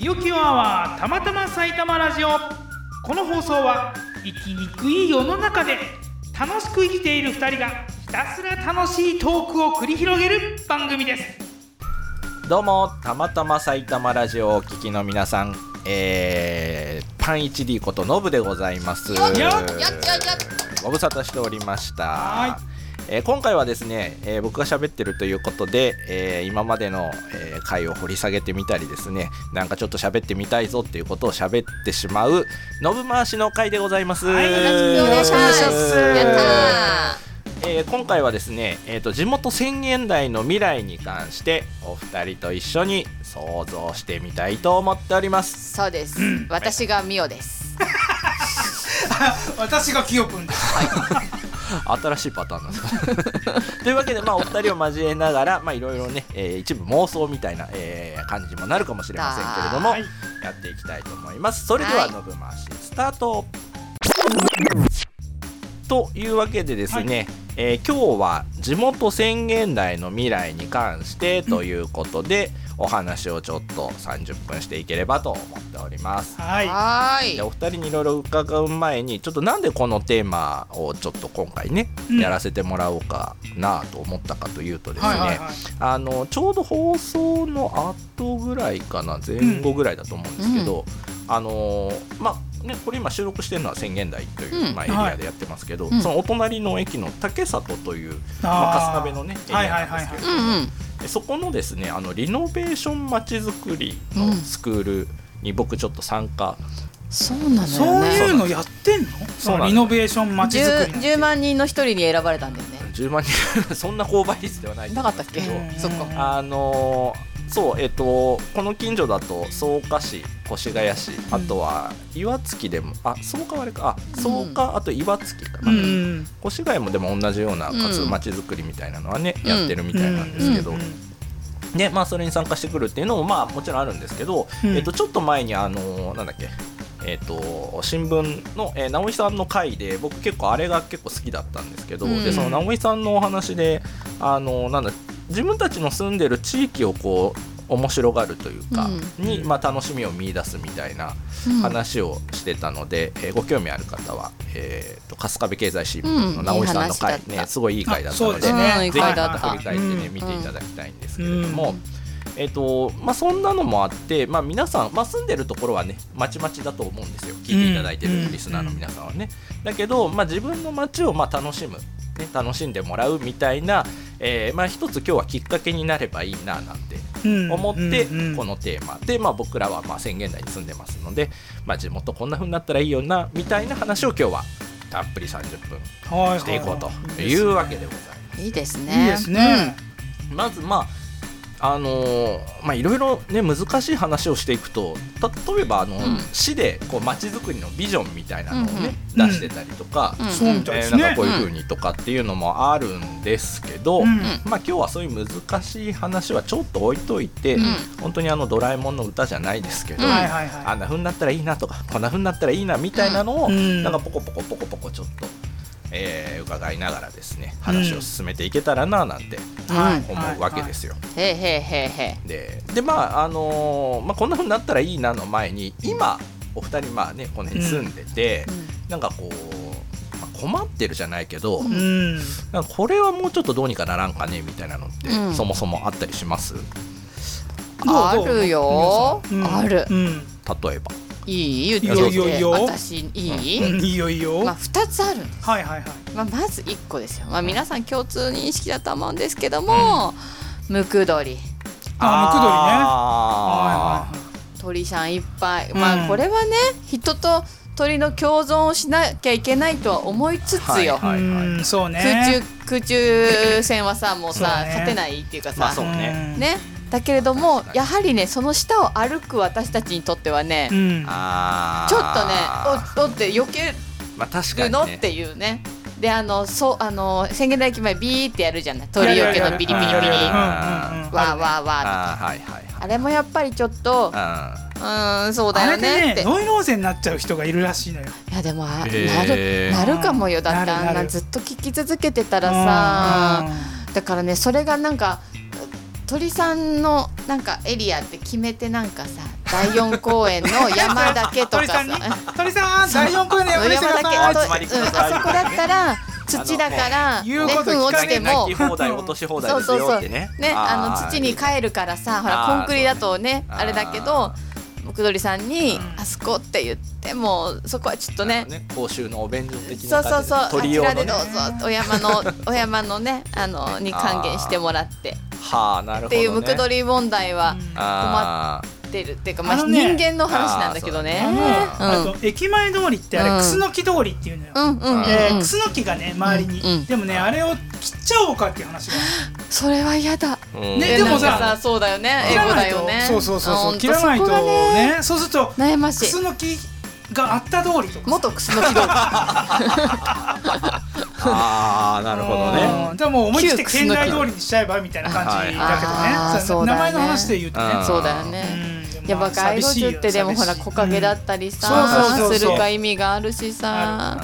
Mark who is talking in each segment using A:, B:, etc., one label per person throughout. A: キュアはたまたま埼玉ラジオこの放送は生きにくい世の中で楽しく生きている2人がひたすら楽しいトークを繰り広げる番組です
B: どうもたまたま埼玉ラジオをお聞きの皆さん、えー、パン 1D ことノブでございます
C: よっよっよっよ
B: ご無沙汰しておりました
A: は
B: えー今回はですね、えー僕が喋ってるということで、えー今までの、えー回を掘り下げてみたりですねなんかちょっと喋ってみたいぞっていうことを喋ってしまうノブ回しの回でございます、
A: はいよろしく
C: お願いしますやった
B: えー今回はですね、えー、と地元宣言台の未来に関してお二人と一緒に想像してみたいと思っておりま
C: ー
B: す
C: そうです、私がミオです
A: 私がキヨくんです
B: 新しいパターンなんです かというわけで、まあ、お二人を交えながらまあいろいろね、えー一部妄想みたいな、えー感じにもなるかもしれませんけれども、
A: はい
B: やっていきたいと思いますそれでは
C: はい
B: ノブ回しスタート、というわけでですね、えー今日は地元宣言台の未来に関してということで、お話をちょっと30分していければと思っております。
A: はい
C: はーい
B: でお二人にいろいろ伺う前にちょっとなんでこのテーマをちょっと今回ね、
A: うん
B: やらせてもらおうかなと思ったかというとですね、
A: はいはいはい
B: あのちょうど放送の後ぐらいかな前後ぐらいだと思うんですけど、あのーまあねこれ今収録してるのは宣言台という、
C: うん
B: まあ、エリアでやってますけど、
C: はい
B: そのお隣の駅の竹里という、まあ、
A: あー
B: 春日部のねエリ
A: はいは
B: ア
A: い
B: な
A: はい
B: ん
A: は
B: で
A: い
B: すけ
C: う
B: ど
C: んうん
B: でそこのですねあのリノベーションまちづくりのスクールに僕ちょっと参加、
C: そうな
A: そ
C: の
A: う
C: よ
A: い
C: ね
A: うのやってんの
B: そ
A: そうの
B: なんです
A: リノベーションまちづくりなんて
C: 10, 10万人の一人に選ばれたんだよね
B: 10万人 そんな購買率ではないと
C: な
B: 思
C: か
B: うん
C: っ
B: で
C: たっ
B: す
C: け
A: う
B: ど
A: ん
C: そっか
B: あのーそうえっ、とこの近所だと草加市越谷市あとは岩槻でもあ草加はあれかあ草加、あと岩槻かな、
A: うんうん
B: 越谷もでも同じような活
C: うん
B: まちづくりみたいなのはね、
C: うん
B: やってるみたいなんですけど、
A: うんうん
B: でまあそれに参加してくるっていうのもまあもちろんあるんですけど、
A: うん
B: えっとちょっと前にあのーなんだっけえっと新聞の、えー直井さんの回で僕結構あれが結構好きだったんですけど、
C: うん
B: でその直井さんのお話であのーなんだ自分たちの住んでる地域をこう面白がるというか、
A: うん
B: に、まあ、楽しみを見出すみたいな
C: うん
B: 話をしてたので、えーご興味ある方は、えー、と春日部経済新聞
C: う
B: の
C: ん
B: 直井さんの回、
C: いい話だ
B: ね
C: った
B: すごいいい回だった
A: あ
B: の
A: そうで
B: で
A: す
C: ねうんい
B: ぜひ
C: い回
B: ま
C: だった
B: た振り返ってね、
A: うん
B: 見ていただきたいんですけれど
C: う
B: も
C: ん、
B: えっとまあ、そんなのもあって、まあ、皆さん、まあ、住んでるところはねまちまちだと思うんですよ聞いていただいて
A: うん
B: るリスナーの皆さんはね。だけど、まあ、自分の街をまあ楽しむ、ね、楽しんでもらうみたいな、えーまあ、一つ今日はきっかけになればいいななんて
A: うん
B: 思って
A: うんうん
B: このテーマで、まあ、僕らはまあ宣言台に住んでますので、まあ、地元こんな風になったらいいよなみたいな話を今日はたっぷり30分
A: は
B: していこうと
A: い
B: いうわけでございます。
C: いいですね
A: いいですね、
B: まずまああのーまあいろいろね難しい話をしていくと例えばあの、
C: ん
B: 市でこう街づくりのビジョンみたいなのをね、
A: うんうん
B: 出してたりとか、
C: うん
A: そうみたいで
B: えー
A: す
B: なん
A: ね、
B: かこういう風にとかっていうのもあるんですけど、
A: うん
B: まあ、今日はそういう難しい話はちょっと置いといて、
C: ん
B: 本当にあのドラえもんの歌じゃないですけど、
C: うん
A: はいはいはい
B: あんな風になったらいいなとかこんな風になったらいいなみたいなのを、
A: うん
B: なんかポコポコポコポコちょっと、えー伺いながらですね話を進めていけたらななんて
C: はい
B: 思うわけですよ。
C: へえへえへえへ
B: ででまああのーまあ、こんな風になったらいいなの前に今お二人まあねこの辺住んでて、なんかこう、まあ困ってるじゃないけど、
C: うん
A: うん
B: なんかこれはもうちょっとどうにかならんかねみたいなのって、
C: うん
B: そもそもあったりします
A: どう
C: あるよ
A: どう
C: ある
A: うん
B: 例えば
C: いい言って
B: い
A: いい
B: いよ
C: い
A: よいいよ
C: 私い
A: うん
C: い
A: いいよいいよ、
C: まあ二つあるんです
A: はいはいはい
C: まあ、まず1個ですよ、まあ、皆さん共通認識だと思うんですけども、ムクドリ
A: あ
B: あ
A: あ
B: ー
A: ムクドリね
C: 鳥さんいっぱい、
A: うん
C: まあこれはね人と鳥の共存をしなきゃいけないとは思いつつよ、
B: はいはいはい
A: うんそうね
C: 空中空中戦はさもう
A: そう
C: さ
A: ね
C: 勝てないっていうかさ、
B: まあそう
A: ね
C: ねだけれども
B: 確かに
C: やはりねその下を歩く私たちにとってはね、
A: うん
B: あー
C: ちょっとねおおって避け
B: まあ確か
C: る
B: に、
C: の、
B: ね、
C: っていうねであのそうあの宣言台駅前ビーってやるじゃない鳥よけのビリビリビリ
B: やるやるやる
C: わ
B: あ
A: うんうんうん
C: ーわーわー
B: あーはいはいはい
C: あれもやっぱりちょっとう
B: あ
C: ーんそうだ
A: あ
C: よ
A: れ
C: ね
A: で
C: って
A: ねノイローゼになっちゃう人がいるらしいのよ
C: いやでもあな
B: へ
C: る
B: ー
C: なるかもよだって
A: なるなる
C: あんなずっと聞き続けてたらさ
A: う
C: だからねそれがなんか鳥さんのなんかエリアって決めてなんかさ第四公演の山だけとか
A: 鳥さ
C: さ
A: んに鳥 さん第四公演の
C: 山
A: 山
C: だ
A: で
C: け
A: してください
B: あお集まりくだ
C: あと、うん、あ
B: さい
C: そこだったら土だからね
A: 言うこと
C: 糞落ちても
B: 泣き放題落とし放題
C: そう
B: です
C: そうそ
B: よっ
C: う
B: てね
C: ねあの土に
B: っ
C: 帰るからさほ
B: あ
C: ら
B: ー
C: コンクリだとね
B: そうね
C: あれだけど奥鳥さんに
A: うん
C: あそこって言ってもそこはちょっとね
B: 公衆のお弁当的
C: そ
B: な
C: うそう
B: 感じ
C: そうあ
B: 鳥
C: ち
B: 用
C: ら
B: のね
C: でどうぞお山の お山のねあのに還元してもらって
B: はあなるほどね
C: っていうムクドリ問題は
A: うん
B: あー
C: 出るっていうかまあ
A: あの
C: 人
A: ね
C: 間の話なんだけどね
A: あの
C: うん
A: あと駅前通りってあ
C: うん
A: れクスノキ通りっていうのよ
C: うんうんうん
A: で
C: うん
A: クスノキがね周り
C: うんうん
A: にでもねあれを切っちゃおうかっていう話が
C: それは嫌だ
B: うん
A: ね
C: え
A: でもさ
C: なんかそうだよね
B: 切
C: 英
A: 切ら
C: 語
A: な
C: だ
A: い
C: よ
A: と
C: ね
A: そうそうそう
C: あ
A: そ
C: ほん
A: う
C: と
A: 切らないと
C: そこがね
A: ねそうすると
C: 悩まし
A: ク
C: い
A: スノキがあった通りとか
C: 元クスノ キ道
B: あーなるほどね
A: うんでもう思い切って
C: 旧クスノ
A: 県
C: キ
A: 内通りにしちゃえばみたいな感じだけどね
C: はいあー
A: そ
C: そうだ
A: 名
C: ね
A: 前の話で言うとね
B: うん
C: そうだよ
A: う
C: ね
A: んでも
C: やっ
A: ま
C: ぱ
A: あ寂
C: 街
A: し
C: 路
A: いよ
C: 樹ってでもほら
A: 寂しい
C: 木陰だったり
A: うん
C: さ
A: そうそうそうそう
C: するか意味があるしさ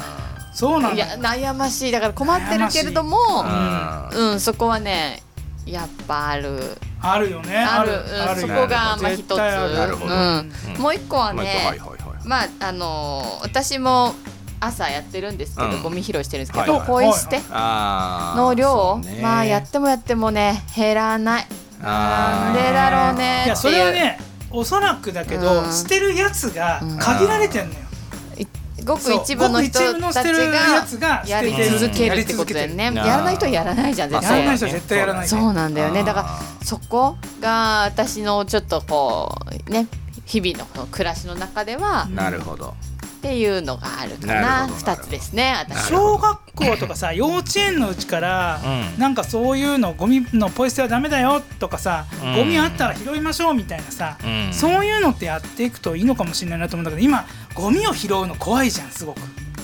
A: うんそうなん
C: いや
A: だ
C: 悩ましいだから困ってるけれども
A: ん
B: うん
C: うんそこはねやっぱある
A: あるよね
C: あ
A: あ
C: る
A: る
C: うん
A: ある
C: そ
A: よ
C: こ
A: ね
C: がまあ一
A: 絶対ある
B: なるほどう
C: つうんんもう一個は
B: まあはいはいは
C: ね
B: いはい
C: まああのー私も朝やってるんですけ
B: う
C: ど
B: ん
C: ゴミ拾いしてるんですけ
B: はいはい
C: ど
B: はい
C: ポイ捨て
B: あー
C: の量
B: そうね
C: まあやってもやってもね減らない
B: あー
C: でだろうね
A: いやそれは
C: っていう
A: ねおそらくだけど、
C: うん
A: 捨てるやつが
C: うん
A: 限られてんのよ、
C: ごく
A: そう
C: 一部の人
A: ごく一部の捨
C: たち
A: てるや
C: が
A: つが捨
C: や
A: て
C: り
A: てる
C: 続けるって
A: やり
C: こ
A: 続
C: と
A: け
C: だ
A: て
C: よ
A: る
C: ね
B: な
C: や
B: あ
C: らない人はやらないじゃん
B: ま
C: 絶
B: あ
A: やらない
C: 対
A: 人は絶対やらないね
C: そうなんだよねだから
B: あー
C: そこが私のちょっとこうね日々のこの暮らしの中では
A: うん
B: なるほど
C: っていうのがあるか
B: なる
C: な
B: ほど
C: 二つですね
B: なるほ
C: 私
B: ど
A: 小学校とかさ幼稚園のうちから、
B: うん
A: なんかそういうのゴミのポイ捨てはダメだよとかさ、
B: うん
A: ゴミあったら拾いましょうみたいなさ、
B: うん
A: そういうのってやっていくといいのかもしれないなと思うんだけど今ゴミを拾うの怖いじゃんすごく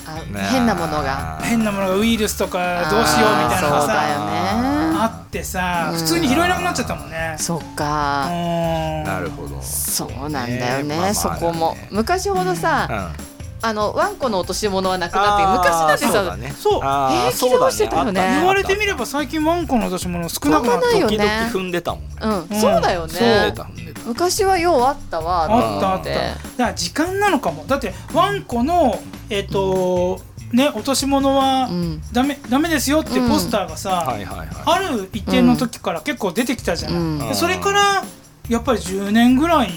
C: あ
B: ね
C: 変なものが
A: 変なものがウイルスとかどうしようみたいなのがさ
C: あ
A: あってさ普通に拾えなくなっちゃったもんね
C: ー。そうだよねそっか
A: な
B: なるほど
C: そうなんだよ
B: ねまあまあ
C: ねそこも
B: ね
C: 昔ほどさ
B: う
C: あのワンコの落とし物はなく
B: ん
C: なって昔だって
B: あーそう
C: さ
B: だね
A: そう
B: あー
C: えー
B: そうだね
C: 起動してたよね
B: あったあった
A: 言われてみれば最近ワンコの出し物少なくなっ
C: 少な
A: た
C: いよ
B: 時
C: ね
B: 々踏んでたもんね
C: うんそうだよ
B: そう踏
C: ね
B: んでた踏んでた
C: 昔はようあったわと
A: あったあ
C: 思
A: っ
C: ったて
A: だから時間なのかもだってワンコのえっ、と、ね落とし物は
C: うん
A: ダメダメですよってポスターがさ、
B: はいはいはい
A: ある一定の時から結構出てきたじゃない、
C: うん
A: でそれからやっぱり10年ぐらい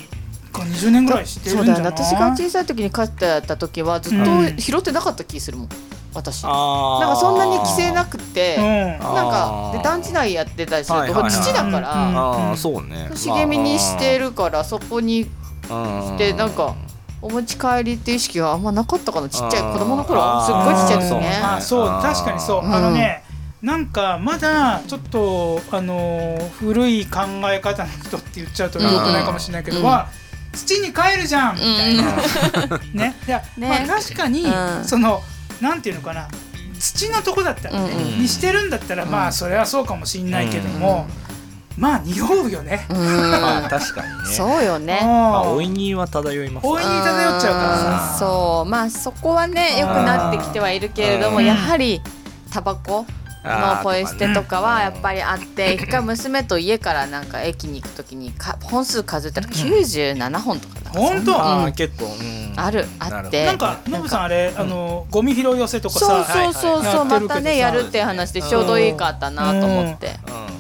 A: か20年ぐらいして
C: そ
A: る
C: うんだ
A: じゃ
C: よね
A: ない
C: 私が小さい時に飼ってた時はずっ
A: うん
C: と拾ってなかった気するもん私なん
B: あー
C: かそんなに規制なく
A: うん
C: て
B: あー
C: なんかで団地内やってたりする
B: はい
C: と
B: はい
C: こ
B: は
C: れ
B: い
C: 土だか
A: うん
C: ら
B: あーそうね
C: 茂みにしてるからそこにしてなんかお持ち帰りっていう意識があんまなかったかなちっちゃい子供の頃
B: あー
C: すっごいちっちゃい
A: そう
C: 時ね
A: あそう確かにそう、
C: うん
A: あのねなんかまだちょっとあのー古い考え方の人って言っちゃうと
C: うん
A: 良くないかもしれないけど、
C: うん
A: は土に帰るじゃんみたいな、ねいや
C: ね
A: まあ確かに、
C: うん
A: そのなんていうのかな土のとこだったらね、
C: うん
B: うん
A: にしてるんだったら、
C: うん
A: まあそれはそうかもしれないけども、まあ匂うよね。
C: う
B: まあ
C: ん
B: 確かにね
C: そうよ
A: う
C: ね
A: ん
B: まあおいには漂います
A: おいに漂っちゃうからさ
C: んそうまあそこはね良くなってきてはいるけれど
B: う
C: も
A: ん
C: やはりタバコのポイ捨てとかはやっぱ
B: り
C: り あって一回娘と家からなんか駅に行くときにか本数数えたら97本とかなんか
A: 本当
C: うん
B: 結構うん
C: あるあって
A: なんかノブさんあれあのゴミ拾い寄せとか
C: そう
A: さ
C: そうそ
A: は
C: う
A: い
C: そう
A: はいや
C: ま
A: ってるけど
C: たねやるって話でちょうどいいかったなと思って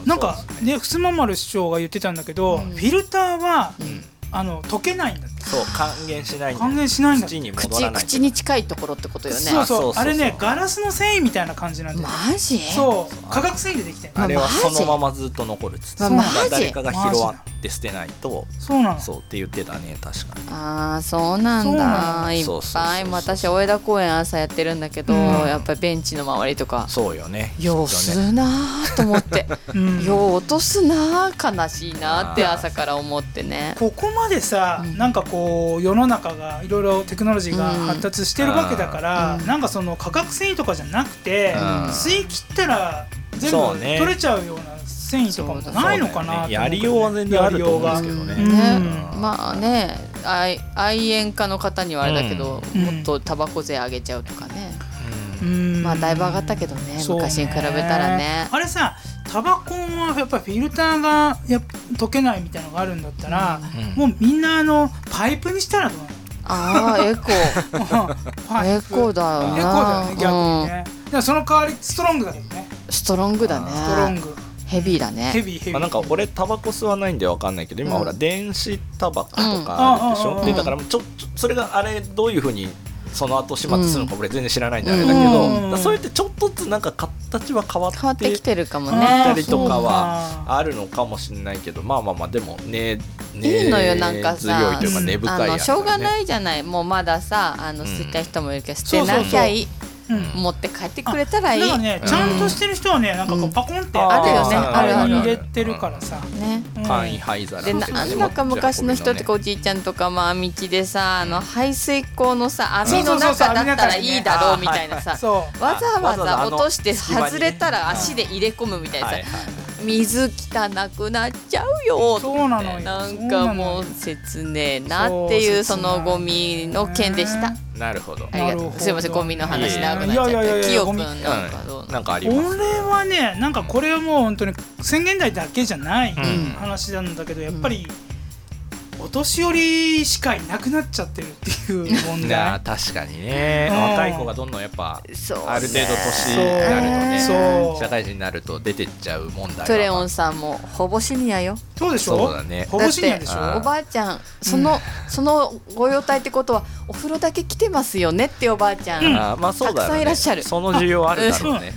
A: なんかねふすま丸師匠が言ってたんだけど、
C: うん
A: フィルターは
C: うん
A: あの溶けないんだって
B: そう還元しないんだよ
A: 還元しないんだって
B: 口に戻
C: 口
B: らない
C: 口に近いところってことよね
A: そう
B: あそ
A: そう
B: そう
A: う
B: そう
A: あれねガラスの繊維みたいな感じなんだよ、
C: マジ
A: そう化学繊維でできてる
B: あれは
C: マジ
B: そのままずっと残るっつって
C: まあ
B: そう
C: マジ
B: 誰かが拾わって捨てないと
A: そうなの
B: そうって言ってたね確かに
C: ああそうな
A: そうんな
C: だ
B: の
C: いっ
B: そうそうそう
C: ぱい
B: そう
C: もう私大枝公園朝やってるんだけど、
A: うん
C: やっぱりベンチの周りとか
B: そうよね
C: よう
B: きっと
C: す
B: ね
C: るなーと思って、
A: うん
C: よう落とすなー悲しいなーって朝から思ってね
A: ここまでさ、
C: うん
A: なんかこう世の中がいろいろテクノロジーが
C: うん
A: 発達してるわけだから、
C: うん
A: なんかその化学繊維とかじゃなくて、
B: うん
A: 吸い切ったら全
B: そ
A: 部
B: うね
A: 取れちゃうような繊維とかも
C: そうだ
A: ないのかなと思うけどね
B: やりようは全然あると思うんですけどね
A: やりようがうん
B: うん
C: まあね愛愛煙家の方にはあれだけど、
A: うん
C: もっとタバコ税上げちゃうとかね、
A: うん
C: まあだいぶ上がったけどね
A: そう
C: 昔に比べたらね
A: あれさタバコはやっぱフィルターがやっぱ溶けないみたいなのがあるんだったら、
B: うん
A: もうみんなあのパイプにしたらど うなの
C: ああエコ
A: パイ
C: エ
A: プ
C: コだよ
A: エ
C: な
A: コだよね逆に
C: うん
A: ね、でもその代わりストロングだけどね
C: ストロングだね
B: あー
A: ストロング
C: ヘビーだ
A: ヘ
C: ね
A: ビーヘビー
B: まあ、なんか俺タバコ吸わないんでわかんないけど今
C: うん
B: ほら電子タバコとかあるでし
A: うん
B: ょ、
A: うん
B: で
C: うん
B: だからちょちょそれがあれどういうふうにその後始末するのか俺全然知らないんであれだけど、
A: うん
B: だからそうやってちょっとずつなんか形は変わ
C: 変わっ
B: ってて
C: きてるかも
A: 変わ
C: ね
A: った
B: りとかは
A: あ
B: あるのかもしれないけどまあまあまあでもねね
C: いいのよなんか
B: 強い
C: さ
B: というか根深いやつだ
C: あ
B: ね、
C: のしょうがないじゃないもうまださあの
B: うん
C: 吸った人もいるけど捨てなきゃいい
A: うんだ
C: 持って帰ってくれたらいい
A: からね
B: うん
A: ちゃんとしてる人はねなんかこうパコンって
B: あ
C: るよね
A: さ
C: あるある
A: 入れてるからさ
C: ね
A: うん
B: 簡易灰皿
C: で
B: み
C: な
B: たいね
C: なんだか昔の人とかおじいちゃんとかまあ道でさあの排水溝のさ網の
A: そうそうそう
C: 中だったらいいだろ
B: 網
C: う
B: の中にね
C: みたいなさ
A: そう
C: わざ
B: わざ
C: わ
B: わざ
C: ざ
B: あの
C: 落として
B: 隙間にね
C: 外れたら足で入れ込むみたいな
B: は
C: さ
B: いはい
C: 水汚くなっちゃうよ
A: そうなのよ
C: なんかもう
A: そ
C: 切ねえなっていう
A: そう
C: そ
A: 切ない
C: のゴミの件でした。
B: なるほど、
C: ありが
A: なる
C: と
A: ほど
C: う。すいませんゴミの話長くなっ
A: い
C: ち
A: や
C: ゃっ
A: いやいやいや
C: た。キヨ
A: ゴ
C: 君
A: ミ
C: なんかどう
B: うん、なんかあります
A: 俺はねなんかこれはもう本当に宣言台だけじゃない
B: うん
A: 話なんだけどやっぱりお年寄りしかいなくなっちゃってるっていう問
B: いや
A: 題
B: 確かにね、
A: うん
B: 若い子がどんどんやっぱ
C: そう
B: ある程度年
A: そう
B: になるとね
A: そう
B: 社会人になると出てっちゃう問題は
C: トレオンさんもほぼシニアよ。
A: そうでし
B: そう
A: ょ
B: だね
A: ほぼシニアでし
B: だっ
A: ょ
B: あて
C: おばあちゃんその、そのご用態ってことはお風呂だけ来てますよねっておばあちゃん、
B: あーまあそうだよ
C: たくさんいらっしゃ
B: ね
C: る
B: その需要あるだろうね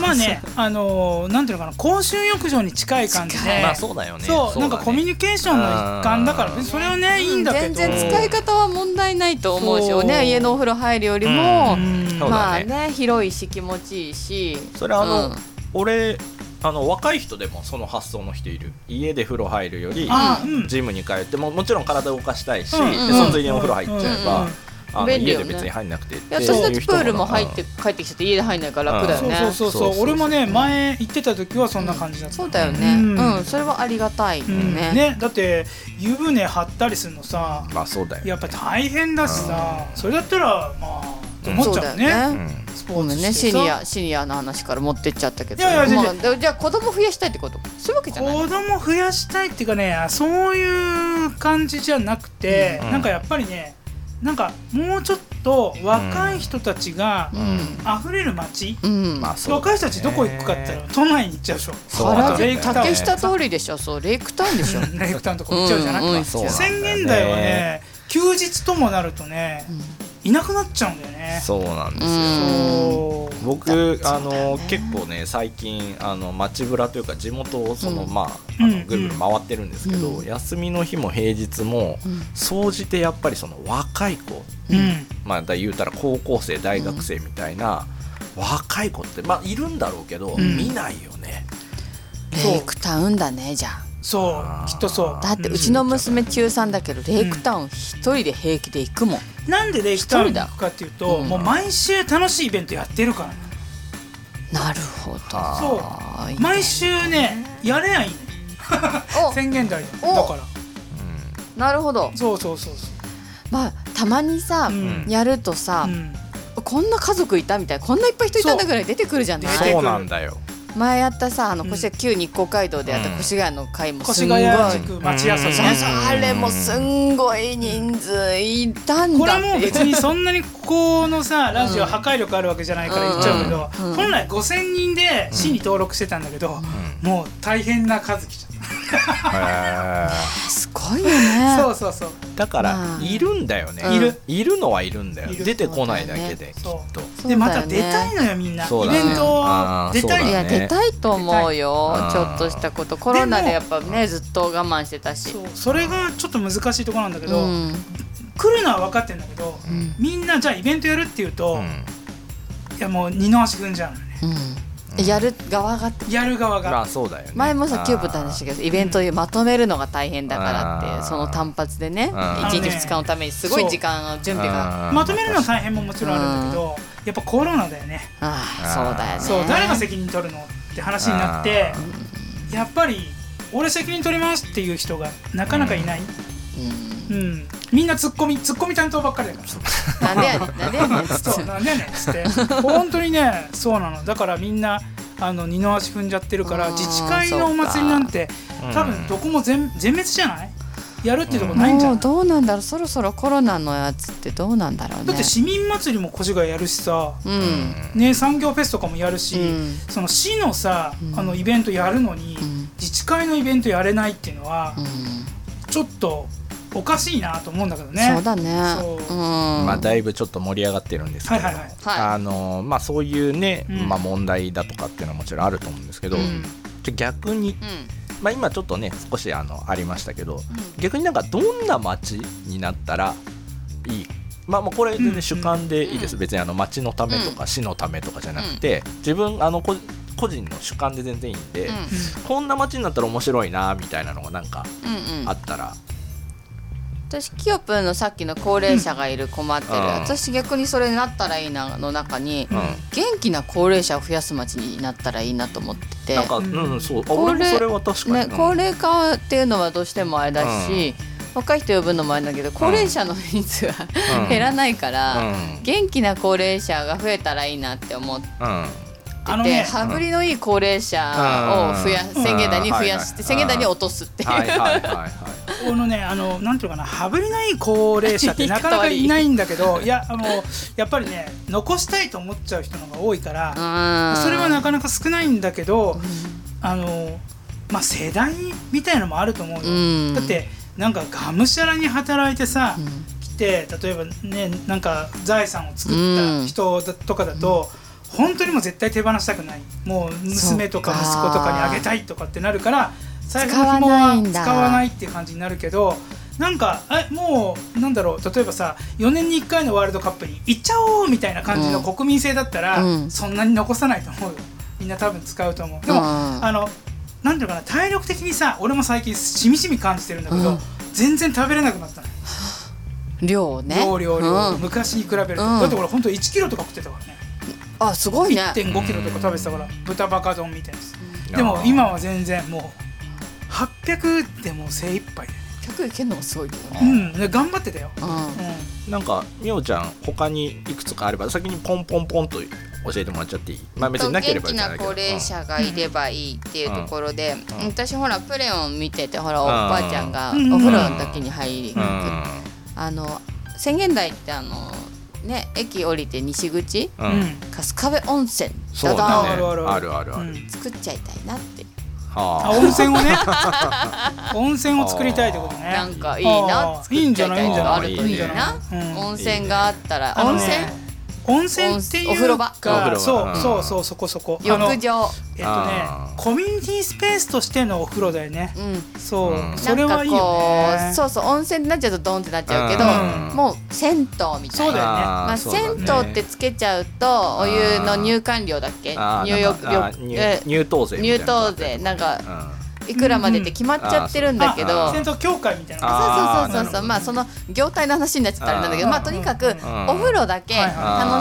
A: まあねあのーなんていうのかな公衆浴場に近い感じ
B: うん
A: で
B: まあそうだよね
A: そうなんかコミュ
B: ニ
A: ニケーションの一環だから別にそれはねいいんだけど
C: 全然使い方は問題ないと思うし
A: そう
C: おね家のお風呂入るよりも、
A: うん
B: そう
C: ま
B: だ
C: あ
B: ね
C: ね広いし気持ちいいし
B: それあの、
C: うん
B: 俺あの若い人でもその発想の人いる家で風呂入るより
A: あうん
B: ジムに通ってももちろん体動かしたいし、
A: うん
B: で
C: うん
B: そのついでにお風呂入っちゃえば、
A: うん
B: あの
C: 便利
B: 家
C: よ
B: で
C: ね
B: 別に入んなくてっ
C: い
B: て
C: や
B: いう
C: 私だってプ
B: 人も
C: ールも入って帰ってきちゃって家で入んないから楽だよ
A: そう
C: ね、
A: そうそう
B: そ
A: そう
B: そう
A: う
B: そう
A: 俺もね前行ってた時はそんな感じだった
C: そうだよね
A: う
C: うんん、それはありがたいよ
A: うん
C: ね,、
A: ねだって湯船張ったりするのさ
B: まあそうだよ
A: やっぱ大変だしさそれだったらまあと思
C: そ
A: っ
C: う
A: ち
C: だ
A: ゃ
C: よ
A: う
C: ね
A: ね
B: うん
A: ス
C: ご
A: ポー
C: め
A: ツ
C: ん
A: してさ
C: ねシニアシニアの話から持ってっちゃったけど
A: いやいや全然
C: まあじゃあ子供増やしたいってことそういうわけじゃないの
A: 子供増やしたいっていうかねそういう感じじゃなくて、
B: うん
A: なんかやっぱりねなんかもうちょっと若い人たちが
C: う
A: 溢れる街、
C: ん、うん、
B: まあそうだ
A: 若い人たちどこ行くかって言ったら都内に行っちゃうでしょ
B: そうだ
A: 原宿
B: ね
A: 竹
C: 竹下通りでしょそうレイクタウンでしょ
A: うんレイクタウンとか行っちゃうじゃなくて、
C: うんうん
B: まあそうなんだよ
A: 宣
B: ね
A: 言台はね休日ともなるとねいなくなっちゃうんだよね
B: そうなんですよ、
C: うん
A: そう
B: 僕あの結構ね最近あの街ぶらというか地元をその、
C: うん
B: まああ
A: う
B: の
A: ん
B: ぐるぐる回ってるんですけど、
C: うん
B: 休みの日も平日も
C: うん
B: 総じてやっぱりその若い子
A: うん
B: まあだ言うたら高校生大学生みたいな、若い子ってまあいるんだろうけど、
A: うん
B: 見ないよね。
A: そう
C: レイクタウンだねじゃあ
A: そうきっとそう
C: だってうちの娘中3だけどレイクタウン一人で平気で行くもん
A: なんでレイクタウンに行くかっていうと、
C: うん
A: もう毎週楽しいイベントやってるからね
C: なるほど
B: あー
A: そう毎週ねやれないいの宣言台だ
C: お
A: だから
C: おなるほど
A: そうそうそうそ
C: まあたまにさ、
A: う、うん
C: やるとさ
A: う、ん
C: こんな家族いたみたいこんないっぱい人いたんだぐらい出てくるじゃ
B: う
C: なん
A: 出
C: い
A: てくる
B: そうなんだよ。
C: 前やったさあの
A: うん
C: 越谷旧日光街道でやった越谷の会も
A: 越
C: すんごい、
A: 谷地区町屋さ
B: うん
C: そうそうあれもすんごい人数いたん
A: これ
C: だ
A: は
C: って
A: もう別にそん なにここのさラジオ破壊力あるわけじゃないから言っちゃうけど、
C: うんうん
A: 本来5,000人で市に登録してたんだけど、もう大変な数来ちゃっ
B: へー
C: すごいよ
A: た、
C: ね
A: そうそうそう
B: だから
C: まあ
B: いるんだよね、
C: うんいる
B: いるのはいるんだよ
A: いる
B: 出てこないだけできっ
A: そう
B: と
C: そうだ
A: で
C: よね
A: また出たいのよみんな、
B: そう
A: イ
B: だね
A: ベント出たい
B: あーそうだ
A: の
C: い
B: ね
A: よ
C: や出たいと思うよ
B: 出たい
C: ちょっとしたことコロナでやっぱねずっと我慢してたし
A: そうそれがちょっと難しいところなんだけ
C: う
A: ど、
C: ん
A: 来るのは分かってんだけど
C: うん
A: みんなじゃあイベントやるっていうと、
B: うん
A: いやもう二の足踏んじゃうのね
C: うんやる側が
A: やる側が、
B: まあそうだよね
C: 前もさキューブと話したけどイベントをまとめるのが大変だからっ
B: あー
C: てその単発でね
B: あ
A: ー
C: 1日2日のためにすごい時間準備が
B: が
A: まとめるのは大変ももちろんあるんだけどやっぱコロナだよね
C: あ
B: あー
C: あそうだよね
A: そう誰が責任取るのって話になってやっぱり俺責任取りますっていう人がなかなかいない、
C: うん
A: うんみんなツッコミツッコミ担当ばっかりだから
C: なんでやねんなんでやねん
A: そうなんでやねんっつって本当にねそうなのだからみんなあの二の足踏んじゃってるから
C: あー
A: 自治会のお祭りなんて
B: うん
A: 多分どこも全全滅じゃないやるっていうとこないんじゃ
C: も
A: ない、
C: う
A: だ
C: どうなんだろうそろそろコロナのやつってどうなんだろうね
A: って市民祭りも越谷やるしさ、
C: う
B: うん
A: ね、産業フェスとかもやるし、
C: うん
A: その市のさ、
C: うん
A: あのイベントやるのに、
C: うん
A: 自治会のイベントやれないっていうのは、
C: うん
A: ちょっとおかしいなと思うんだけどね。
C: そうだね
A: そう
C: うん
B: まあ、だいぶちょっと盛り上がってるんですけど、
A: はいはいはい
B: あのまあ、そういうね、
A: うん
B: まあ、問題だとかっていうのはもちろんあると思うんですけど、
A: うん
B: ちょ逆に、
C: う
B: まあ、今ちょっとね少しあのありましたけど
C: ん
B: 逆になんかどんな街になったらいいまあ、もうこれ全然主観でいいです、
C: うん
B: 別にあの町のためとか市のためとかじゃなくて、自分あのこ個人の主観で全然いいんで、
C: うん
B: こんな街になったら面白いなみたいなのがなんか
C: うんうん
B: あったら、
C: 私キヨプンのさっきの高齢者がいる困ってる、
B: うん
C: 私逆にそれになったらいいなの中に、
B: うん
C: 元気な高齢者を増やす街になったらいいなと思ってて
B: なんか、
A: う
B: うんん、そうあ
C: これ
B: 俺もそれは確か
C: ね、
B: に、うん
C: 高齢化っていうのはどうしてもあれだし、若い人呼ぶのもあれだけど高齢者の人数は、
B: うん
C: 減らないから、
B: うん
C: 元気な高齢者が増えたらいいなって思って
B: うん
A: あの
C: て、
A: ね
C: 羽振りのいい高齢者を増や
B: うん
C: 宣言台に増や
B: うんはいは
C: し
B: い
C: て宣言台に落とすっていう。
B: はいはいはいはい。
A: このねあのなんていうのかな羽振りのいい高齢者 ってなかなかいないんだけどいやあのやっぱりね残したいと思っちゃう人の方が多いから、それはな
C: か、
A: かなか少ないんだけど、
C: う
A: あのまあ世代みたいのもあると思うよ、
C: うん
A: だってなんかがむしゃらに働いてさ、
C: ん
A: 来て例えばねなんか財産を作った人だとかだと、本当にもう絶対手放したくないもう娘とか息子とかにあげたいとかってなるから財布の紐
C: 使わない
A: は
C: んだ
A: 使わないっていう感じになるけどなんかえもうなんだろう例えばさ4年に1回のワールドカップに行っちゃおうみたいな感じの国民性だったら、
C: うん
A: そんなに残さないと思うよみんな多分使うと思う。で
C: うん
A: もあのなんていうのかな体力的にさ俺も最近しみじみ感じてるんだけど、
C: うん
A: 全然食べれなくなったの
C: 量をね
A: 量量量、
C: うん
A: 昔に比べると、
C: うん
A: だって俺ほんと1キロとか食ってたからね
C: あすごいね
A: 1 5キロとか食べてたから豚バカ丼みたいです
B: うん
A: でも今は全然もう800でもう精一杯で、
C: 100いけるのがすごいけど
A: う
C: ね、
A: んで頑張ってたよ、
C: うん
A: う
B: なんかみおちゃん他にいくつかあれば先にポンポンポンと教えてもらっちゃっていい。まあ別になければいいんじゃないけど。
C: 元気な高齢者がいればいいっていうところで、
B: うん
C: 私ほらプレオン見ててほらおばあちゃんが
A: うん
C: お風呂の時に入り、
B: うん。
C: あの宣言台ってあのね駅降りて西口
B: うんん。
A: う
B: うんん
C: 春日部温泉
B: そ
C: ダ
B: う
C: ダ
B: だ
C: ーン
B: ね。
A: あるある
B: あ
A: あ
B: るあるあ
A: う
B: る。
A: ん
C: 作っちゃいたいなって
A: あ
B: は
A: 温泉をね 温泉を作りたいってことね
C: なんかいいな
A: あー
C: 作っちゃいたいのがあると
B: いいん
C: いい
B: じゃない
C: ない
A: いんじゃないうん
C: 温泉があったら
A: あの
C: 温
A: ね
C: 泉
A: 温泉っていうか
C: お風呂場
B: お風呂
A: そう
B: 場
A: そうそうそこそこあの
C: 浴場
A: えっとね
B: あー
A: コミュニティスペースとしてのお風呂だよね
C: うん
A: そう、
B: うん
A: それはいい
C: なん
A: よ
C: かこう
A: ね
C: そうそう温泉ってなっちゃうとドンってなっちゃうけど、
A: うん
C: もう銭湯みたいな
A: そうだよね
B: あー
C: まあ、
B: そうだ
C: 銭
B: ね
C: 湯ってつけちゃうとお湯の入館料だっけ
B: あー
C: 入浴
B: なんかあ
C: 料
B: ー入
C: え
B: 入湯税みたい
C: 入
B: な
C: 湯税なんか
B: うん
C: いくらまでって決まっちゃってるんだけど、
B: うんあー
A: 銭湯協会みたいなのが
B: あー
C: そうそうそうそうそうまあその業態の話になっちゃったらあれなんだけど
A: あー
C: まあとにかく
A: うん
C: お風呂だけ楽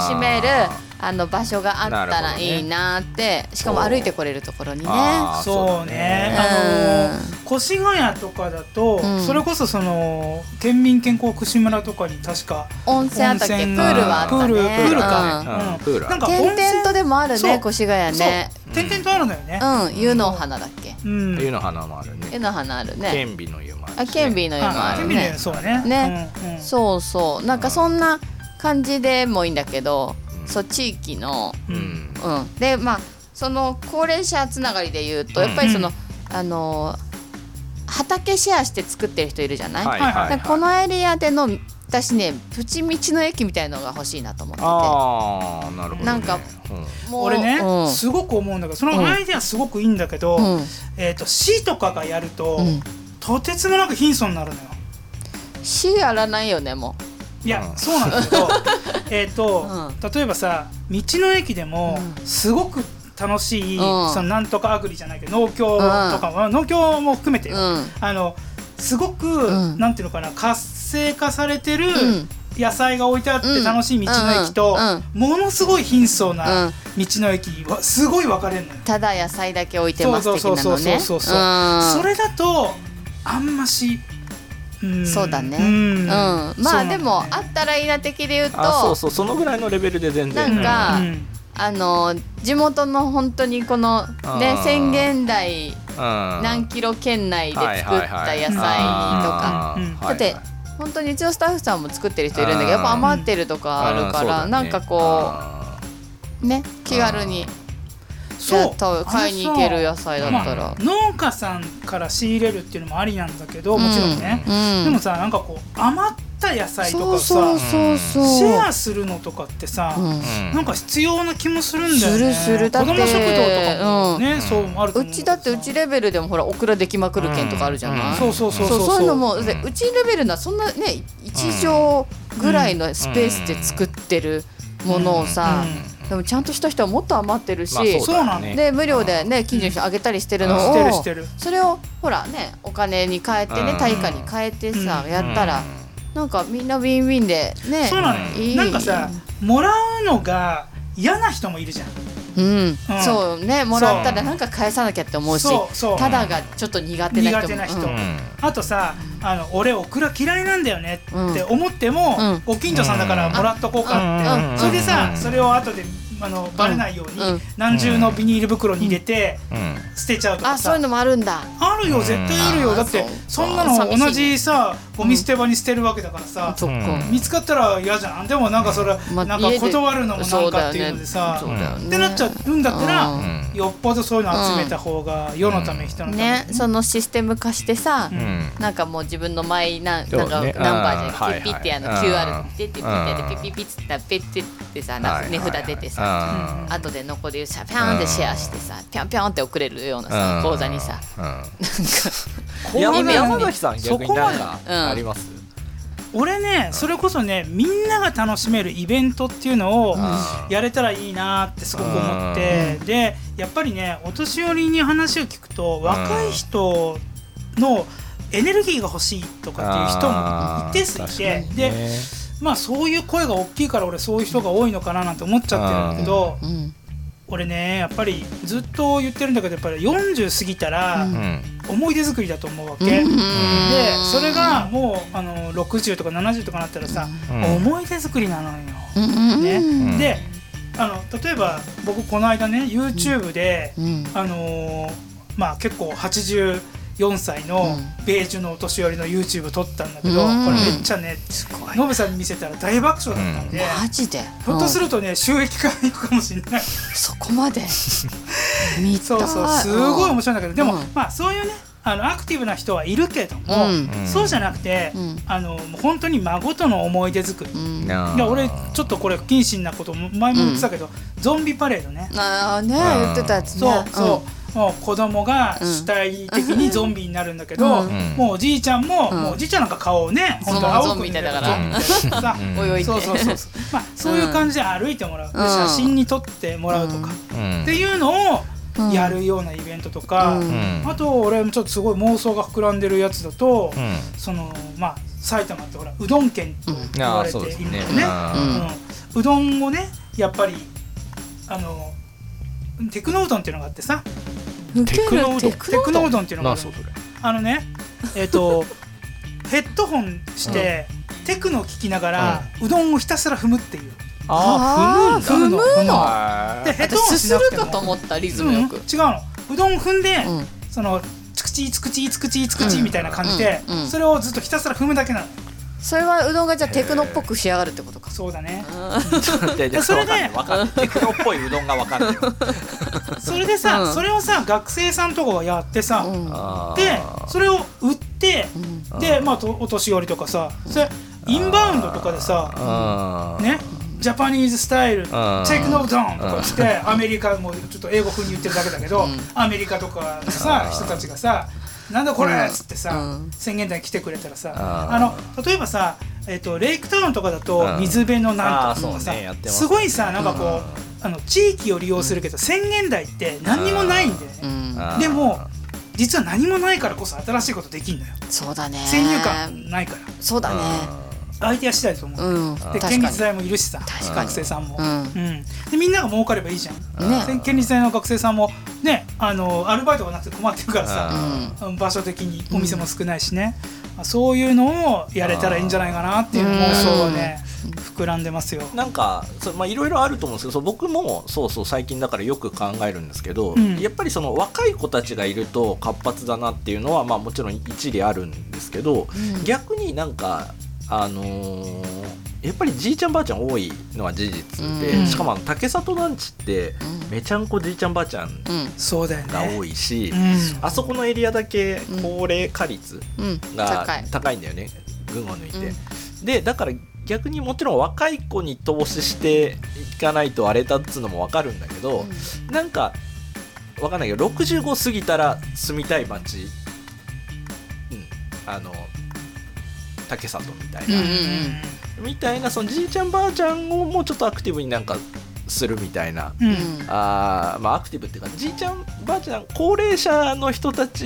C: しめる
B: あ
C: あの場所があったらいいなってしかも歩いてこれるところにね。
B: あー
A: そうね。
C: そうだね
A: あのー越谷とかだと、
C: うん
A: それこそその県民健康福祉村とかに確か
C: 温泉あったっけプ
A: 温泉
C: ールはあったね
A: プールプール
B: か
C: うん
B: うん
A: うん
B: プールある
A: なんか温泉
C: 点々とでもあるね
A: そ
C: 越谷ね
A: そう点々とあるんだよね。
C: うん湯の花だっけ
A: うん。
B: 湯の花もあるね。
C: 湯の花あるね
B: 顕微の湯もあるしね。
C: あ顕微の湯もあ
A: あ、
C: る
A: 県民
C: ね
A: ね、そうだね。
C: ね
A: うんうん
C: そうそうなんかそんな感じでもいいんだけど、
B: うん
C: そう地域の、
B: う
A: うん
B: ん。
C: うん、でまあその高齢者つながりで言うと
B: うん
C: やっぱりその、
A: うん
C: あの畑シェアして作ってる人いるじゃない、
B: はいはいはい
C: だからこのエリアでの私ねプチ道の駅みたいのが欲しいなと思ってて
B: ああなるほどね。
C: なんか
B: うん
C: もう
A: 俺ね、
C: うん
A: すごく思うんだけど、そのアイデアすごくいいんだけど、
C: うん
A: えっ、と市とかがやると、
C: うん
A: とてつもなく貧相になるのよ。
C: 市やらないよねも
A: いや、
B: うん
A: そうなんだけ どえっと、
C: う
A: 例えばさ道の駅でも
C: う
A: すごく楽しい、
C: うん
A: そのなんとかアグリじゃないけど農協とかも、農協も含めて
C: う、
A: よ、
C: うん
A: あのすごく、
C: うん
A: なんていうのかな活性化されてる
C: ん
A: 野菜が置いてあって
C: うん
A: 楽しい道の駅と、
C: う
A: ものすごい貧相
C: う
A: なん道の駅はすごい分かれるのよ。
C: ただ野菜だけ置いてます的なのね
A: そうそうそうそうそう
C: うん
A: それだとあんまし、うん
C: そうだね。
A: ん
C: うん、ま
A: そうな
C: あ
A: んだ
C: で
A: よね
C: もあったらいいな的で言うと、
B: あそうそうそのぐらいのレベルで全然。
C: なんか
A: うん
C: あの地元の本当にこのね
B: あー
C: 宣言台
B: 何
C: 何キロ圏内で作った野菜とか
A: うん
C: だって本当にうちのスタッフさんも作ってる人いるんだけどやっぱ余ってるとかあるからなんかこうね気軽にやっと買いに行ける野菜だったら
A: 農家さんから仕入れるっていうのもありなんだけどもちろんね、
C: うん
A: でもさなんかこう余った野菜と
C: そ
A: かさ
C: うそうそうそう
A: シェアするのとかってさ、
C: うん
A: なんか必要な気もするんだよね。
C: するするだって
A: 子供食堂とかもね、
B: ん
A: そうあると
C: う
A: 思けどさ
C: ちだってうちレベルでもほらオクラできまくる券とかあるじゃない、
B: うん
A: そうそうそう
C: そう
A: そう
C: そういうのも、
B: うん
C: でうちレベルなそんなね1畳ぐらいのスペースで作ってるものをさ、でもちゃんとした人はもっと余ってるし、
B: まあそう
A: そうな
B: だ
A: ん
B: ね
C: で無料でね近所の人にあげたりしてるの
A: し
C: を、
A: てるしてる。
C: それをほらねお金に変えてね
B: うん
C: 対価に変えてさ、
A: う
C: やったら、なんかみんなウィンウィンでね
A: そうなの
B: うん
C: い
A: よ。
C: い
A: なんかさ、もらうのが嫌な人もいるじゃん。
C: うん、
A: うん
C: そうねもらったらなんか返さなきゃって思うし
A: そうそう
C: ただがちょっと苦手な人も
A: 苦手な人
C: うん
B: うん
A: あとさ、あの俺オクラ嫌いなんだよねって思っても、
C: うん
A: ご近所さんだからもらっとこうかって。
C: うん
A: それでさ、
B: うん
A: それを後であのバレないように、
C: うん
A: 何重のビニール袋に入れて、
B: うん
A: 捨てちゃうとか
C: あ
A: さ
C: そういうのもあるんだ
A: あるよ絶対あるよ
C: うん
A: だって
C: あ
A: そ
C: そうん
A: なの同
C: 寂しい
A: じさゴミ捨て場に捨てるわけだからさ、
C: そっか、
B: うん
A: 見つかったら嫌じゃんでもなんかそれ、
C: まあ
A: なんか
C: 家で
A: 断るのもなんかっていうのでさ、
C: そうだよね
A: ってなっちゃうんだったら、
C: うん
B: うん
A: よっぽどそういうの集めた方が世のため人のため、
C: ねそのシステム化してさ、
B: うん
C: なんかもう自分のマイナン,、
B: そう
C: なん
B: ね
C: かナンバーじゃ
B: うん
C: なくてピッてあの
B: はいはい
C: QR でピッてピッてピッてピッてピッつったらピッてってさなんか値札出てさ、
B: さ
C: 後で残りをさピャーンってシェアしてさピャンピャンって送れるようなさ口座にさ
B: 山
C: 意味
B: 山崎さん逆になんか
C: そこまでうん
B: あります
A: 俺ねそれこそねみんなが楽しめるイベントっていうのを
B: あー
A: やれたらいいなってすごく思ってでやっぱりねお年寄りに話を聞くと若い人のエネルギーが欲しいとかっていう人も一定数いて、
B: あー
A: でまあそういう声が大きいから俺そういう人が多いのかななんて思っちゃってるんだけど
C: うん
A: 俺ねやっぱりずっと言ってるんだけどやっぱり40過ぎたら
C: うん
A: 思い出作りだと思うわけ。
C: うん
A: でそれがもうあの60とか70とかなったらさ、
B: うん
A: 思い出作りなのよ。
C: うん
A: ね
B: ん
A: であの例えば僕この間ね YouTube で、
C: うん
A: あのーまあ、結構84歳の
C: う
A: 米寿のお年寄りの YouTube 撮ったんだけど、
C: うん
A: これめっちゃね
C: すごい
A: ノブさんに見せたら大爆笑だったんで。
C: マジで
A: ひょっとす
C: る
A: るとね収益化に行くかもしれない
C: そこ まで見たい
A: そうそうすごい面白いんだけどでも、
C: うん
A: まあそういうねあのアクティブな人はいるけども、
C: うん
A: そうじゃなくて、
C: うん
A: あのもう本当に孫との思い出作り、
C: うん
A: いや俺ちょっとこれ不謹慎なことも前も言ってたけど、ゾンビパレードね
C: ああね言ってたやつね
A: そうそう、もう子供が主体的にゾンビになるんだけど、
C: うん
A: もうおじいちゃんも、
C: うん
A: もうおじいちゃんなんか顔をね
C: その
A: 本当青
C: ゾ
A: く
C: ンビ
A: 見
C: み
A: て
C: た
A: る
C: いだか
A: ゾ
C: ら
A: ンビみたいなさ
B: うん
C: 泳いで
A: そうそうそうそうまあそういう感じで歩いてもらう、で
C: うん
A: 写真に撮ってもらうとか、
B: うん
A: っていうのを
C: うん
A: やるようなイベントとか、
C: うん
A: あと俺もちょっとすごい妄想が膨らんでるやつだと、
B: うん
A: そのまあ埼玉ってほらうどん県と言わ
B: あ
A: れ
B: ー
A: て
B: そうで
A: い
B: す
A: るので
B: ね
A: ね
B: う
A: う
B: ん
A: んうどんをねやっぱりあのテクノうどんっていうのがあってさ
C: 受け
A: テ
C: るテ
A: クノう
C: ク
A: どん
C: ノ
A: うどんっていうのがあ
B: 何
A: る
B: それ
A: あの ねえっ、とヘッドホンして、テクノを聞きながら、うどんをひたすら踏むっていう
C: あー
A: 踏むんだ
C: 踏むの
B: あ
A: でヘッド
C: 私
A: ホン
C: す
A: し
C: す
A: なく
C: る
A: て
C: かと
A: も
C: 思ったリズ
A: う
C: ム
A: ん違う
C: よ
A: の
C: く、
A: うどんを踏んで、
C: うん
A: そのチクチチクチチクチチクチみたいな感じで、
C: うんうん
A: それをずっとひたすら踏むだけなの
C: それはうどんがじゃあテクノっぽく仕上がるってことか
A: そうだね
B: で
A: それで
B: わかんないテクノっぽいうどんがわかんない
A: それでさ、
C: うん
A: それをさ学生さんとかがやってさ、
C: うん
B: あー
A: でそれを売って
C: うん
A: でまあとお年寄りとかさそれインバウンドとかでさ
B: あー
A: ねジャパニーズスタイルチ
B: ん
A: ェックノブドンとかしてアメリカもちょっと英語風に言ってるだけだけど、アメリカとかのさ人たちがさなんだこれっつってさ、
C: うん
A: 宣言台に来てくれたらさ
B: あ
A: あの例えばさ、えっとレイクタウンとかだと水辺のなんとかとかさ、
B: あーそうねやってます
A: すごいさなんかこうあの地域を利用するけど宣言台って何にもないんだよね。
C: う
B: あ
C: ん
B: ー
A: でも実は何もないからこそ新しいことできるのよ
C: そうだね
A: 先入観ないから
C: そうだね
A: アイデア次第だと思う、
C: うん
A: で
C: 確か
A: 県
C: に
A: 立大もいるしさ
C: 確
B: かに
A: 学生さんも、
C: うん
A: うんでみんなが儲かればいいじゃん、
C: ね
A: で県立大の学生さんもねあのアルバイトがなくて困ってるから
C: う
A: さ、
C: ん
A: うん場所的にお店も少ないしね、まあそういうのをやれたらいいんじゃないかなっていう妄想はね、膨らんでますよ。
B: なんかそうまあいろいろあると思うんですけどそう僕もそうそう最近だからよく考えるんですけど、
A: うん
B: やっぱりその若い子たちがいると活発だなっていうのはまあもちろん一理あるんですけど、
C: うん
B: 逆になんかあのーやっぱりじいちゃんばあちゃん多いのは事実で、
C: うん
B: しかもあの竹里団地って
C: うん
B: めちゃんこじいちゃんばあちゃん
C: うん
A: そうだよね
B: が多いし、
A: うん
B: あそこのエリアだけ高齢化率
C: うん
B: が
C: 高い
B: 高いんだよね群を抜いて、でだから逆にもちろん若い子に投資していかないとあれだっつうのも分かるんだけど、なんか分かんないけど65過ぎたら住みたい街、うん、あの竹里みたい
C: うんう
B: な、
C: ん
B: みたいなそのじいちゃんばあちゃんをもうちょっとアクティブになんかするみたいな
A: うん
C: う
A: う
C: ん
A: ん
B: あーまあアクティブっていうかじいちゃんばあちゃん高齢者の人たち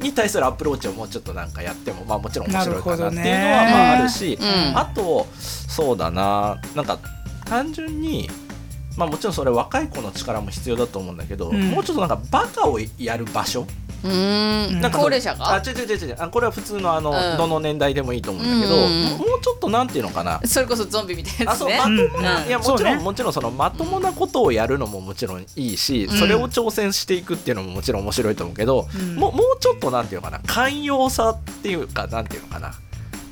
B: に対するアプローチをもうちょっとなんかやってもまあもちろん面白いかなっていうの
A: なる
B: は
A: ほどね
B: まああるし
C: うん
B: あとそうだななんか単純にまあもちろんそれ若い子の力も必要だと思うんだけど、
A: うん
B: もうちょっとなんかバカをやる場所
C: うーん
B: なんか
C: 高齢者が
B: あ違う違う違う違うあこれは普通のあの、
C: うん
B: どの年代でもいいと思うんだけど、
C: うんうんうん
B: もうちょっとなんていうのかな
C: それこそゾンビみたいな
B: あ
C: やつ
B: そう
C: ね
B: まともな、
C: うん
B: いやもちろん、
A: そうね
B: もちろんそのまともなことをやるのももちろんいいし、
C: うん
B: それを挑戦していくっていうのももちろん面白いと思うけど、
A: うん
B: もうもうちょっとなんていうのかな寛容さっていうかなんていうのかな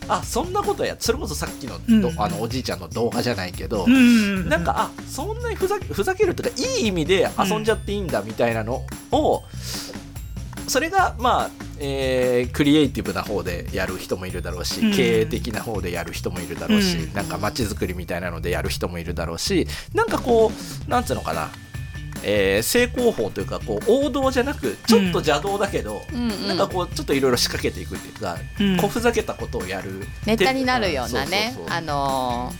B: あそんなことやそれこそさっきの,ど、
A: うん
B: あのおじいちゃんの動画じゃないけど、
A: うん
B: なんかあそんなにふざけふざけるというかいい意味で遊んじゃっていいんだみたいなのを、それがまあ、えークリエイティブな方でやる人もいるだろうし、
A: うん
B: 経営的な方でやる人もいるだろうし、
A: うん
B: なんか街づくりみたいなのでやる人もいるだろうしなんかこうなんつうのかな、えー正攻法というかこう王道じゃなくちょっと邪道だけど、
C: うんうん
B: なんかこうちょっといろいろ仕掛けていくっていうか、
A: うん
B: 小ふざけたことをやる
C: ネタになるようなね
B: そうそうそう
C: あの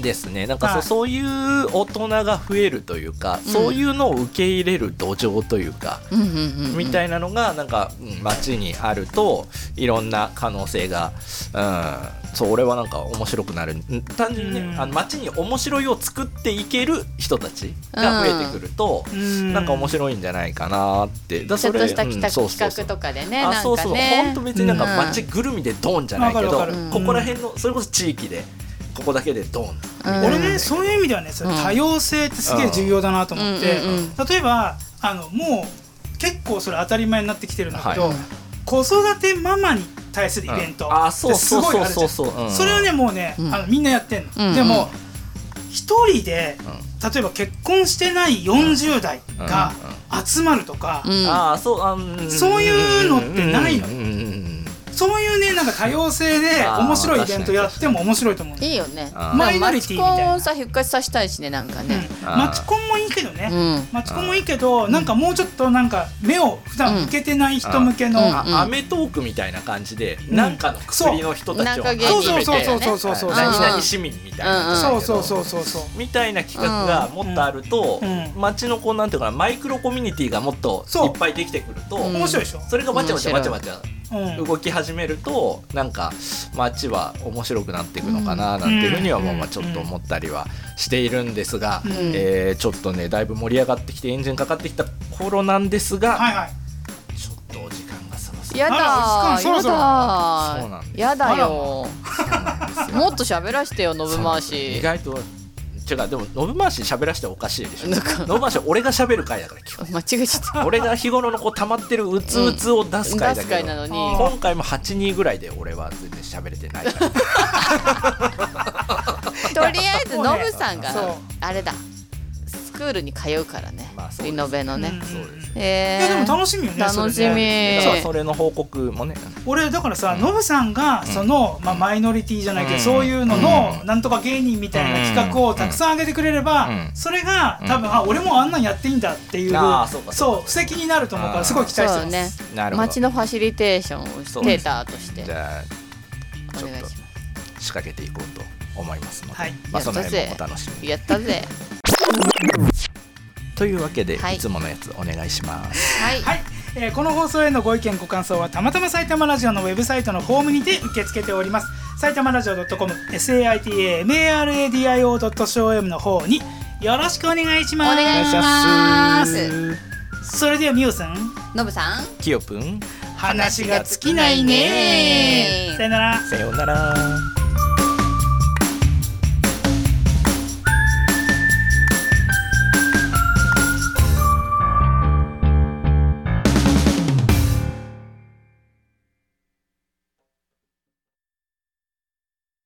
B: ですねなんかそ,、
A: は
B: う
A: い
B: そういう大人が増えるというか、
C: うん
B: そういうのを受け入れる土壌というか、
C: ーうんうんうんうん
B: みたいなのがなんか、うん、街にあるといろんな可能性が、うん、そう俺はなんか面白くなるうん単純にね、
A: うん
B: あの街に面白いを作っていける人たちが増えてくると、なんか
A: 白
B: 面白いんじゃないかなってだ
C: ちょっとした
B: うん
C: 企画
B: そうそう
C: 企
B: そう
C: 画とかでね
B: あ
C: な
B: そ
C: ん
B: う
C: か
B: そう
C: ね
B: 本当別になんか
C: うん
B: 街ぐるみでドンじゃないけど、
A: わかるわ
C: かる
B: ここら辺のそれこそ地域でここだけでドンみたいな
A: 俺
C: う
A: ね
C: ん
A: そういう意味ではねそれ
C: うん
A: 多様性ってすげえ重要だなと思って、
C: うんうんうん
A: 例えばあのもう結構それ当たり前になってきてるんだけど、
B: はい
A: 子育てママに対するイベント
B: うんあそう
A: ってす
B: そう
A: ごい
B: そ
A: あ
B: う
A: るじゃ
B: そ
A: ん
B: うそう、うん
A: それはねもうね、
C: うん
A: あのみんなやってんの、
C: うんうん
A: でも一人で例えば結婚してない40代が集まるとか、
C: うん
B: ああそうあん
A: そういうのってないの
B: うんうんうん
A: そういうねなんか多様性で
B: あー
A: 面白いイベントやっても面白いと思う
C: いいよね
B: あー
C: まあ
A: マイノリティみたいな
C: マチコンをさ復活させたいしねなんかね
A: うん、
B: あー
A: マチコンもいいけどね、
C: うん
A: マチコンもいいけどなんかもうちょっとなんか目を普段向けてない人向けの、
C: うん
B: あ
C: うん
B: アメトークみたいな感じで、
A: うん
B: なんかの国の人たちを
C: そう
A: そう
B: 集
A: そ
B: め
A: う
B: て
A: そうそうそうそうそうそうそう
B: 何々市民みたいな、
C: うん
A: そうそうそうそうそう
B: みたいな企画がもっとあると、
A: うん
B: 街のこうなんていうかなマイクロコミュニティがもっと
A: そう
B: いっぱいできてくると、
C: うん
A: 面白いでしょ、
B: それがわちゃわちゃわ
C: 面
B: ちゃ
C: 白
B: わ
C: い
B: ちゃ
A: うん
B: 動き始めるとなんか街は面白くなっていくのかななんていうふうには
A: うん
B: まあまあちょっと思ったりはしているんですが、
A: うん
B: えーちょっとねだいぶ盛り上がってきてエンジンかかってきた頃なんですが、
A: はいはい
B: ちょっとお時間がそろそろ
C: やだ
A: あら
C: ー
A: そろ
C: や
A: そろ
B: そうな
C: だ
B: んです
C: ーやだよ
B: なんですよ
C: もっと喋らしてよ信回
B: 意
C: し
B: 外と違うでも信回し喋らせておかしいでしょ
C: なんか
B: 信回し俺が喋る回だ から基本
C: 間違えちゃった
B: 俺が日頃のこう溜まってるうつうつを出す回だ
C: 出す
B: け
C: 会
B: ど、
C: なのに
A: あー
B: 今回も8人ぐらいで俺は全然喋れてないから
C: とりあえずノブさんが
A: そう
C: あれだスクールに通うからね
B: まあそうです
C: リノベのね
A: うん
B: そうです
C: え
A: い
C: ー
A: やでも楽しみよねそれ
C: 楽
A: ね
C: し
B: だ
C: み
B: からそれの報告もね
A: 俺だからさノブさんがその、まあ、マイノリティじゃないけど、そういうのの、
B: う
A: なんとか芸人みたいな企画をたくさん上げてくれれば、
B: うん
A: それが
B: うん
A: 多分、あ俺もあんなんやっていいんだっていう
B: あーそうかそうか
A: 布石になると思うか
B: あー
A: らすごい期待して
C: そう
A: ます
C: ね
B: なるほど
C: 街のファシリテーション
B: そ
C: を
B: うで
C: テ
B: す
C: ーターとして
B: じゃあ
C: お願いします
B: 仕掛けていこうと思いますので、
A: はい
B: まあ、
C: やったぜ
B: その辺もお楽しみに
C: やったぜ
B: というわけで、
C: はい
B: い、つものやつお願いします
C: は い
A: はい、えーこの放送へのご意見ご感想はたまたま埼玉ラジオのウェブサイトのフォームにて受け付けております埼玉ラジオ .com saitamaradio.com の方によろしくお願いし
C: お
A: ます
C: 願いし
B: ま
C: ます。
A: それではみおさん
C: のぶさん。
B: きよぷん
A: 話が尽きないねさよなら
B: さようなら